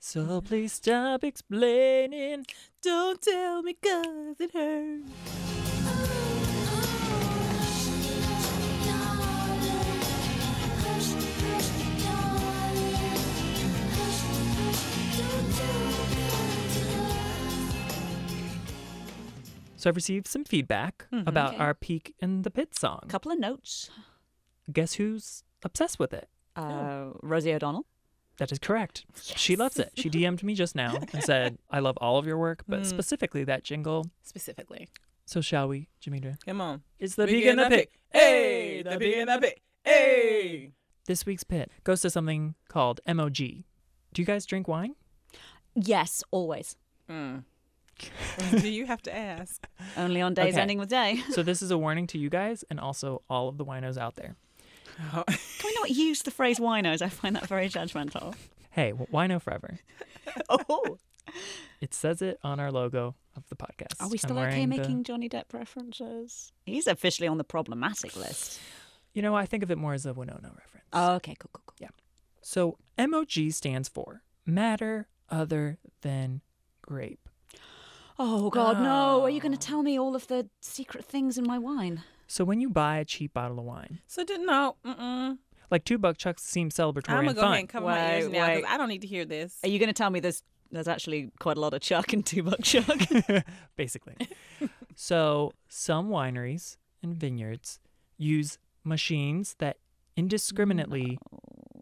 Speaker 3: so please stop explaining.
Speaker 4: Don't tell me 'cause it hurts.
Speaker 3: So I've received some feedback about
Speaker 2: Mm-hmm. Okay.
Speaker 3: our peak in the pit song.
Speaker 2: A couple of notes.
Speaker 3: Guess who's obsessed with it?
Speaker 2: Uh, Rosie O'Donnell.
Speaker 3: That is correct. She loves it. She DM'd me just now and said, "I love all of your work,
Speaker 2: Hmm.
Speaker 3: but specifically that jingle."
Speaker 4: Specifically.
Speaker 3: So shall we, Jamidra?
Speaker 4: Come on.
Speaker 3: It's the
Speaker 4: Pig
Speaker 3: peak in the pit.
Speaker 4: Hey, the pig in the pit. Hey.
Speaker 3: This week's pit goes to something called MOG. Do you guys drink wine?
Speaker 2: Yes, always.
Speaker 4: Do you have to ask?
Speaker 2: Only on days
Speaker 3: Okay.
Speaker 2: ending with day.
Speaker 3: so this is a warning to you guys and also all of the winos out there.
Speaker 2: Can we not use the phrase winos? I find that very judgmental.
Speaker 3: Hey, w- wino forever.
Speaker 2: Oh.
Speaker 3: It says it on our logo of the podcast.
Speaker 2: Are we
Speaker 3: I'm
Speaker 2: still okay
Speaker 3: wearing the-
Speaker 2: making Johnny Depp references? He's officially on the problematic list.
Speaker 3: You know, I think of it more as a Winona reference.
Speaker 2: Oh, okay, cool, cool, cool.
Speaker 3: So MOG stands for matter other than grape.
Speaker 2: Oh, God, no. Are you
Speaker 4: Oh.
Speaker 2: going to tell me all of the secret things in my wine?
Speaker 3: So when you buy a cheap bottle of wine,
Speaker 4: So didn't no. Mm-mm.
Speaker 3: like two buck chucks seems celebratory
Speaker 4: I'm gonna
Speaker 3: and
Speaker 4: go
Speaker 3: fun.
Speaker 4: ahead and cover my ears
Speaker 2: Wait,
Speaker 4: now
Speaker 2: wait.
Speaker 4: because I don't need to hear this.
Speaker 2: Are you going to tell me there's, there's actually quite a lot of Chuck and Two Buck Chuck?
Speaker 3: basically. so, some wineries and vineyards use machines that indiscriminately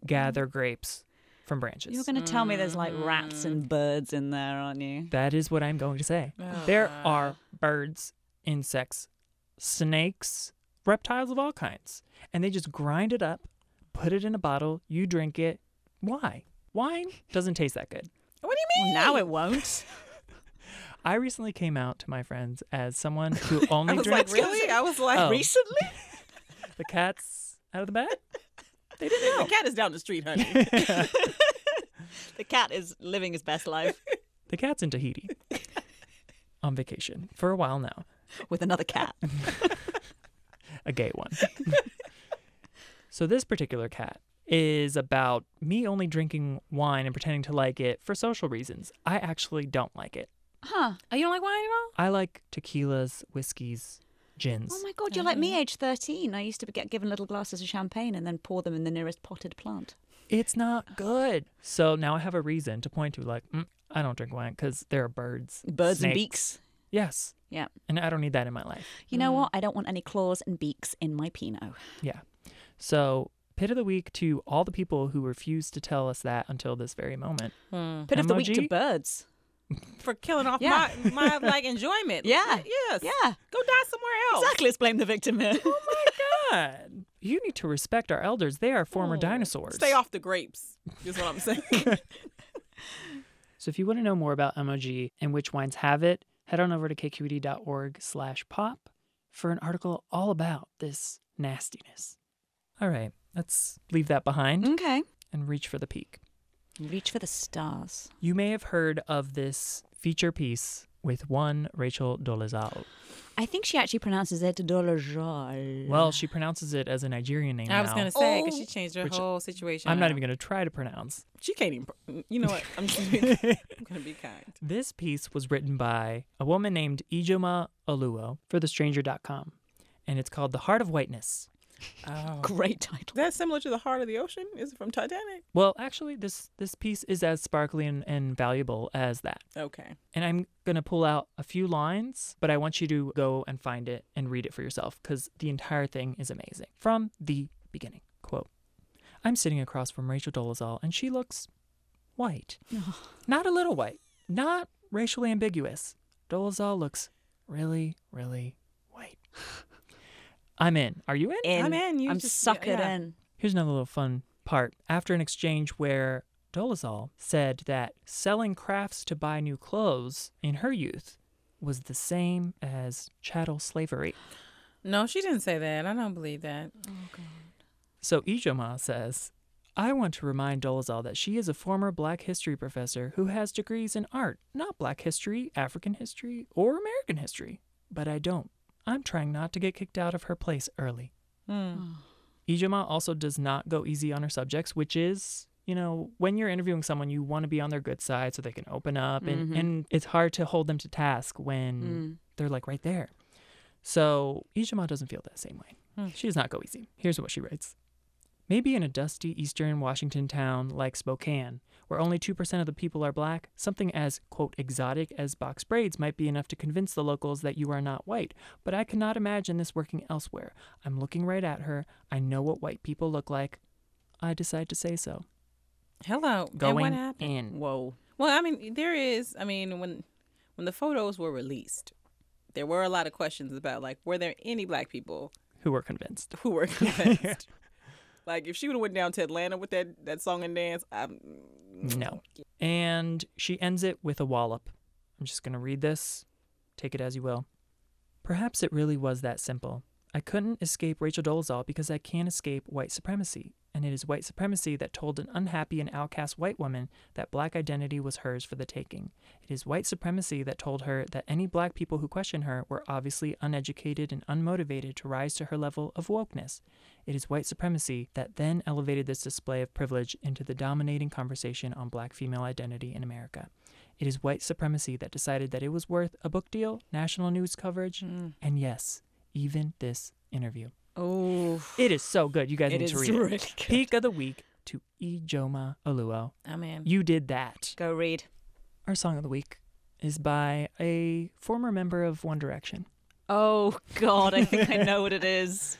Speaker 3: gather grapes from branches.
Speaker 2: You're going to tell me there's like rats and birds in there, aren't you?
Speaker 3: That is what I'm going to say.
Speaker 4: Oh,
Speaker 3: there
Speaker 4: God.
Speaker 3: are birds, insects, snakes, reptiles of all kinds, and they just grind it up, put it in a bottle, you drink it. Why? Wine doesn't taste that good.
Speaker 4: What do you mean?
Speaker 2: Now it won't.
Speaker 3: I recently came out to my friends as someone who only
Speaker 4: I was
Speaker 3: drinks
Speaker 4: like, really? I was like,
Speaker 3: Oh.
Speaker 2: Recently?
Speaker 3: the cats out of the bag.
Speaker 4: the cat is down the street, honey.
Speaker 2: The cat is living his best life
Speaker 3: The cat's in Tahiti on vacation for a while now,
Speaker 2: with another cat.
Speaker 3: a gay one. so, this particular cat is about me only drinking wine and pretending to like it for social reasons. I actually don't like it.
Speaker 2: Huh.
Speaker 4: oh, you don't like wine at all?
Speaker 3: I like tequilas, whiskeys, gins.
Speaker 2: Oh my god, you're like me, age 13. I used to get given little glasses of champagne and then pour them in the nearest potted plant.
Speaker 3: it's not good. So now I have a reason to point to, like, mm, I don't drink wine because there are birds,
Speaker 2: Birds and
Speaker 3: snakes."
Speaker 2: beaks.
Speaker 3: Yes,
Speaker 2: Yeah.
Speaker 3: and I don't need that in my life.
Speaker 2: You know what? I don't want any claws and beaks in my Pinot.
Speaker 3: Yeah. So, pit of the week to all the people who refused to tell us that until this very moment.
Speaker 2: Pit of the week to
Speaker 3: MOG?
Speaker 2: birds.
Speaker 4: For killing off
Speaker 2: Yeah.
Speaker 4: my, my like enjoyment.
Speaker 2: Yeah.
Speaker 4: Yes.
Speaker 2: Yeah.
Speaker 4: Go die somewhere else.
Speaker 2: oh. Exactly. Let's blame the victim here.
Speaker 3: God, you need to respect our elders. They are former dinosaurs.
Speaker 4: Stay off the grapes. Is what I'm saying.
Speaker 3: So, if you want to know more about MOG and which wines have it, head on over to E kqed.org/pop for an article all about this nastiness. All right, let's leave that behind
Speaker 2: okay.
Speaker 3: and reach for the peak.
Speaker 2: Reach for the stars.
Speaker 3: You may have heard of this feature piece with one Rachel Dolezal.
Speaker 2: I think she actually pronounces it dolajal.
Speaker 3: Well, she pronounces it as a Nigerian name.
Speaker 4: I was
Speaker 3: now.
Speaker 4: gonna say because
Speaker 2: Oh.
Speaker 4: she changed her
Speaker 3: Which-
Speaker 4: whole situation.
Speaker 3: I'm not
Speaker 4: around.
Speaker 3: even going to try to pronounce.
Speaker 4: She can't even. pr- mm, You know what? I'm just. Gonna be, I'm gonna be kind.
Speaker 3: This piece was written by a woman named Ijoma Oluo for thestranger.com, and it's called The Heart of Whiteness.
Speaker 4: Oh.
Speaker 2: great title.
Speaker 4: That's similar to the heart of the ocean. Is it from Titanic?
Speaker 3: Well, actually, this, this piece is as sparkly and, and valuable as that.
Speaker 4: Okay.
Speaker 3: And I'm going to pull out a few lines, but I want you to go and find it and read it for yourself because the entire thing is amazing. From the beginning, quote I'm sitting across from Rachel Dolezal, and she looks white. Not a little white, not racially ambiguous. Dolezal looks really, really white. I'm in. Are you in?
Speaker 2: In.
Speaker 4: I'm in. You
Speaker 2: I'm
Speaker 4: just-
Speaker 2: suckered
Speaker 4: yeah.
Speaker 2: in.
Speaker 3: Here's another little fun part. After an exchange where Dolezal said that selling crafts to buy new clothes in her youth was the same as chattel slavery.
Speaker 4: No, she didn't say that. I don't believe that.
Speaker 3: So Ijoma says, I want to remind Dolezal that she is a former black history professor who has degrees in art, not black history, African history, or American history. But I don't. I'm trying not to get kicked out of her place early.
Speaker 4: Hmm.
Speaker 3: Ijoma also does not go easy on her subjects, which is, you know, when you're interviewing someone, you want to be on their good side so they can open up. And, and it's hard to hold them to task when they're like right there. So Ijoma doesn't feel that same way. She does not go easy. Here's what she writes. Maybe in a dusty eastern Washington town like Spokane, where only 2% of the people are black, something as, quote, exotic as box braids might be enough to convince the locals that you are not white. But I cannot imagine this working elsewhere. I'm looking right at her. I know what white people look like. I decide to say so.
Speaker 4: Hello. and
Speaker 3: Going
Speaker 4: what happened?
Speaker 3: in.
Speaker 2: Whoa.
Speaker 4: Well, I mean, there is. I mean, when when the photos were released, there were a lot of questions about like, were there any black people
Speaker 3: Who were convinced?
Speaker 4: who were convinced? Like, if she would have went down to Atlanta with that that song and dance, I'm,
Speaker 3: No. And she ends it with a wallop. I'm just going to read this. Take it as you will. Perhaps it really was that simple. I couldn't escape Rachel Dolezal because I can't escape white supremacy. And it is white supremacy that told an unhappy and outcast white woman that black identity was hers for the taking. It is white supremacy that told her that any black people who questioned her were obviously uneducated and unmotivated to rise to her level of wokeness. It is white supremacy that then elevated this display of privilege into the dominating conversation on black female identity in America. It is white supremacy that decided that it was worth a book deal, national news coverage,
Speaker 2: Mm.
Speaker 3: and yes, even this interview.
Speaker 4: Oh,
Speaker 3: It is so good. You guys
Speaker 2: It
Speaker 3: need to
Speaker 2: is
Speaker 3: read
Speaker 2: really
Speaker 3: it.
Speaker 2: good.
Speaker 3: Peak of the week to Ijoma Oluo.
Speaker 4: I'm in.
Speaker 3: You did that.
Speaker 2: Go read.
Speaker 3: Our song of the week is by a former member of One Direction.
Speaker 2: Oh God, I think I know what it is.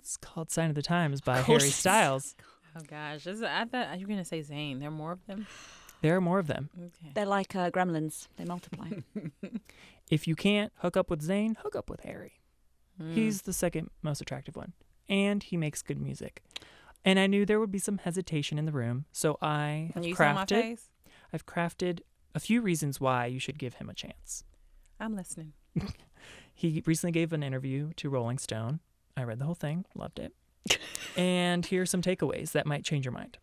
Speaker 3: It's called Sign of the Times by
Speaker 2: Of
Speaker 3: Harry
Speaker 2: course.
Speaker 3: Styles.
Speaker 4: oh gosh, this is, I thought you were gonna say Zayn. There are more of them.
Speaker 3: There are more of them.
Speaker 4: Okay.
Speaker 2: They're like uh, gremlins; they multiply.
Speaker 3: If you can't hook up with Zayn, hook up with Harry.
Speaker 4: Hmm.
Speaker 3: He's the second most attractive one, and he makes good music. And I knew there would be some hesitation in the room, so I have
Speaker 4: you saw my
Speaker 3: crafted.
Speaker 4: face.
Speaker 3: I've crafted a few reasons why you should give him a chance.
Speaker 4: I'm listening.
Speaker 3: He recently gave an interview to Rolling Stone. I read the whole thing, loved it. and here are some takeaways that might change your mind.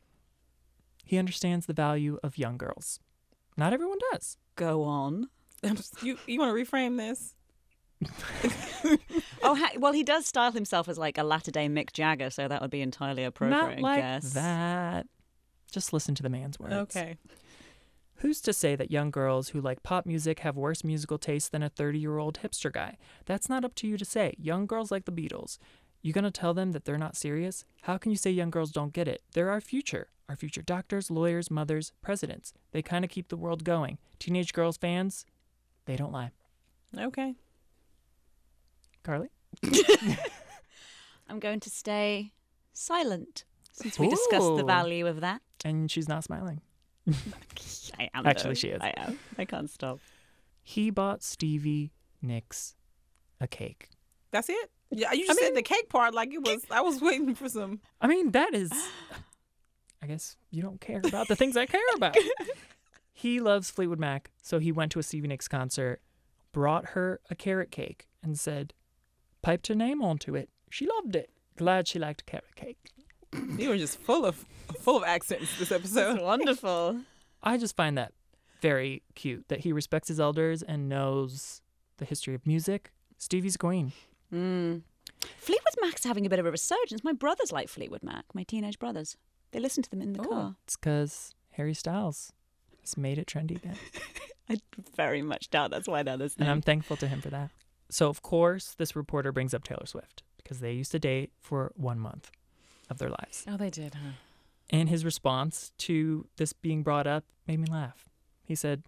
Speaker 3: He understands the value of young girls. Not everyone does.
Speaker 2: Go on.
Speaker 4: I'm just- you you want to reframe this?
Speaker 2: Oh ha- well, he does style himself as like a latter-day Mick Jagger, so that would be entirely appropriate.
Speaker 3: Not like
Speaker 2: I guess.
Speaker 3: that. Just listen to the man's words.
Speaker 4: Okay.
Speaker 3: Who's to say that young girls who like pop music have worse musical taste than a 30 year old hipster guy? That's not up to you to say. Young girls like the Beatles. You gonna tell them that they're not serious? How can you say young girls don't get it? They're our future. Our future doctors, lawyers, mothers, presidents. They kind of keep the world going. Teenage girls fans, they don't lie.
Speaker 4: Okay.
Speaker 3: Carly?
Speaker 2: I'm going to stay silent since we discussed the
Speaker 3: Ooh.
Speaker 2: value of that.
Speaker 3: And she's not smiling.
Speaker 2: I am
Speaker 3: Actually,
Speaker 2: though.
Speaker 3: she is.
Speaker 2: I am. I can't stop.
Speaker 3: He bought Stevie Nicks a cake.
Speaker 4: That's it. Yeah, you just said the cake part like it was. I was waiting for some.
Speaker 3: I mean, that is. I guess you don't care about the things I care about. he loves Fleetwood Mac, so he went to a Stevie Nicks concert, brought her a carrot cake, and said, piped her name onto it. She loved it. Glad she liked carrot cake.
Speaker 4: You were just full of full of accents this episode.
Speaker 2: Wonderful.
Speaker 3: I just find that very cute that he respects his elders and knows the history of music. Stevie's queen.
Speaker 2: Hmm. Fleetwood Mac's having a bit of a resurgence. My brothers like Fleetwood Mac. My teenage brothers. They listen to them in the car.
Speaker 3: It's because Harry Styles has made it trendy again.
Speaker 2: I very much doubt that's why they're listening.
Speaker 3: And I'm thankful to him for that. So, of course, this reporter brings up Taylor Swift because they used to date for one month of their lives.
Speaker 4: Oh, they did, huh?
Speaker 3: And his response to this being brought up made me laugh. He said,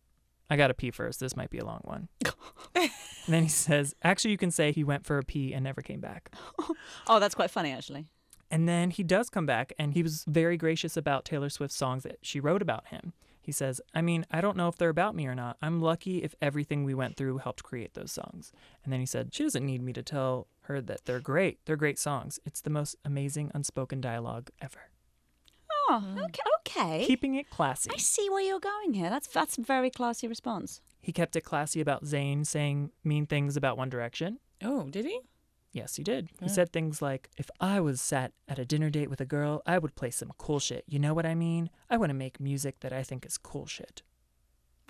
Speaker 3: I got to pee first. This might be a long one. and then he says, Actually, you can say he went for a pee and never came back.
Speaker 2: oh, that's quite funny actually.
Speaker 3: And then he does come back and he was very gracious about Taylor Swift's songs that she wrote about him. He says, I mean, I don't know if they're about me or not. I'm lucky if everything we went through helped create those songs. And then he said, She doesn't need me to tell her that they're great. They're great songs. It's the most amazing unspoken dialogue ever.
Speaker 2: Oh, okay. Okay.
Speaker 3: Keeping it classy.
Speaker 2: I see where you're going here. That's that's a very classy response.
Speaker 3: He kept it classy about Zayn saying mean things about One Direction.
Speaker 4: Oh, did he?
Speaker 3: Yes, he did. He said things like, If I was sat at a dinner date with a girl, I would play some cool shit. You know what I mean? I want to make music that I think is cool shit.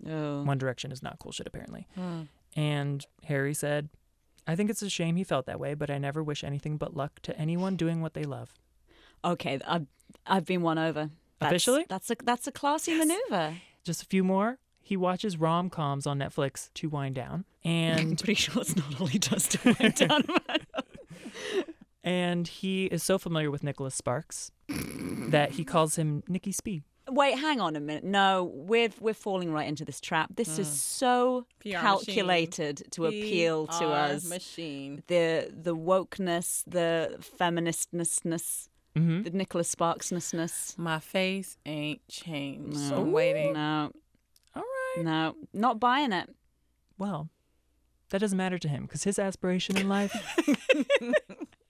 Speaker 2: Oh.
Speaker 3: One Direction is not cool shit, apparently. And Harry said, I think it's a shame he felt that way, but I never wish anything but luck to anyone doing what they love.
Speaker 2: Okay, I've I've been won over. That's,
Speaker 3: Officially?
Speaker 2: That's a that's a classy maneuver.
Speaker 3: Just a few more. He watches rom coms on Netflix to wind down.
Speaker 2: I'm
Speaker 3: And
Speaker 2: pretty sure it's not all he does to wind down.
Speaker 3: and he is so familiar with Nicholas Sparks that he calls him Nicky Spee.
Speaker 2: Wait, hang on a minute. No, we're we're falling right into this trap. This is so
Speaker 4: PR machine.
Speaker 2: calculated to appeal to
Speaker 4: PR
Speaker 2: us.
Speaker 4: Machine.
Speaker 2: the the wokeness, the feministnessness,
Speaker 3: Hmm?
Speaker 2: the Nicholas Sparksnessness.
Speaker 4: My face ain't changed.
Speaker 2: No,
Speaker 4: I'm waiting.
Speaker 2: No,
Speaker 3: All right.
Speaker 2: no, not buying it.
Speaker 3: Well, that doesn't matter to him because his aspiration in life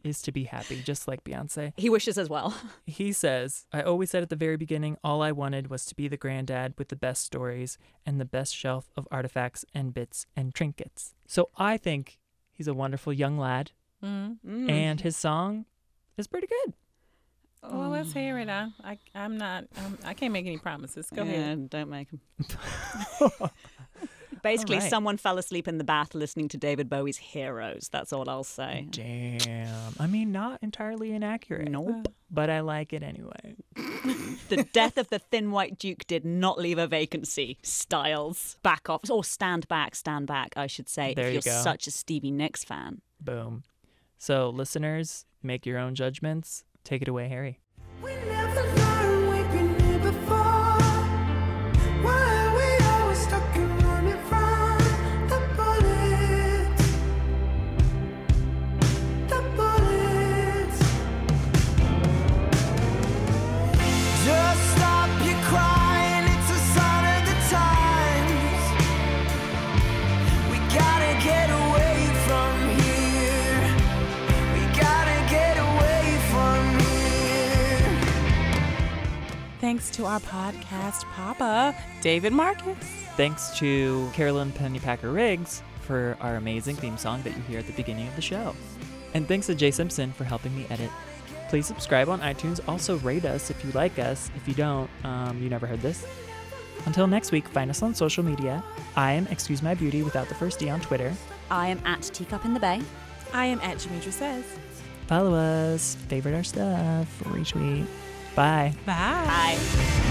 Speaker 3: is to be happy, just like Beyonce.
Speaker 2: He wishes as well.
Speaker 3: He says, I always said at the very beginning, all I wanted was to be the granddad with the best stories and the best shelf of artifacts and bits and trinkets. So I think he's a wonderful young lad,
Speaker 4: Mm. Mm.
Speaker 3: and his song is pretty good.
Speaker 4: well, let's hear it. I, I I'm not. I'm, I can't make any promises. Go ahead.
Speaker 2: Yeah, don't make him. Basically,
Speaker 3: All right.
Speaker 2: someone fell asleep in the bath listening to David Bowie's Heroes. That's all I'll say.
Speaker 3: Damn. I mean, not entirely inaccurate.
Speaker 2: Nope.
Speaker 3: But I like it anyway.
Speaker 2: the death of the thin white duke did not leave a vacancy. Styles, back off, or stand back, stand back, I should say,
Speaker 3: There
Speaker 2: if
Speaker 3: you
Speaker 2: you're
Speaker 3: go.
Speaker 2: such a Stevie Nicks fan.
Speaker 3: Boom. So, listeners, make your own judgments. Take it away, Harry.
Speaker 1: We never learn we've been here before. Why are we always stuck and running from the bullets? The bullets. Just stop your crying. It's a sign of the times. We gotta get away from here. We gotta get away from here.
Speaker 4: Thanks to our podcast papa, David Marcus.
Speaker 3: Thanks to Carolyn Pennypacker Riggs for our amazing theme song that you hear at the beginning of the show. And thanks to Jay Simpson for helping me edit. Please subscribe on iTunes. Also, rate us if you like us. If you don't, um, you never heard this. Until next week, find us on social media. I am Excuse My Beauty without the first D on Twitter.
Speaker 2: I am at Teacup in the Bay.
Speaker 4: I am at Jamidra Says.
Speaker 3: Follow us, favorite our stuff, retweet. Bye.
Speaker 4: Bye.
Speaker 2: Bye.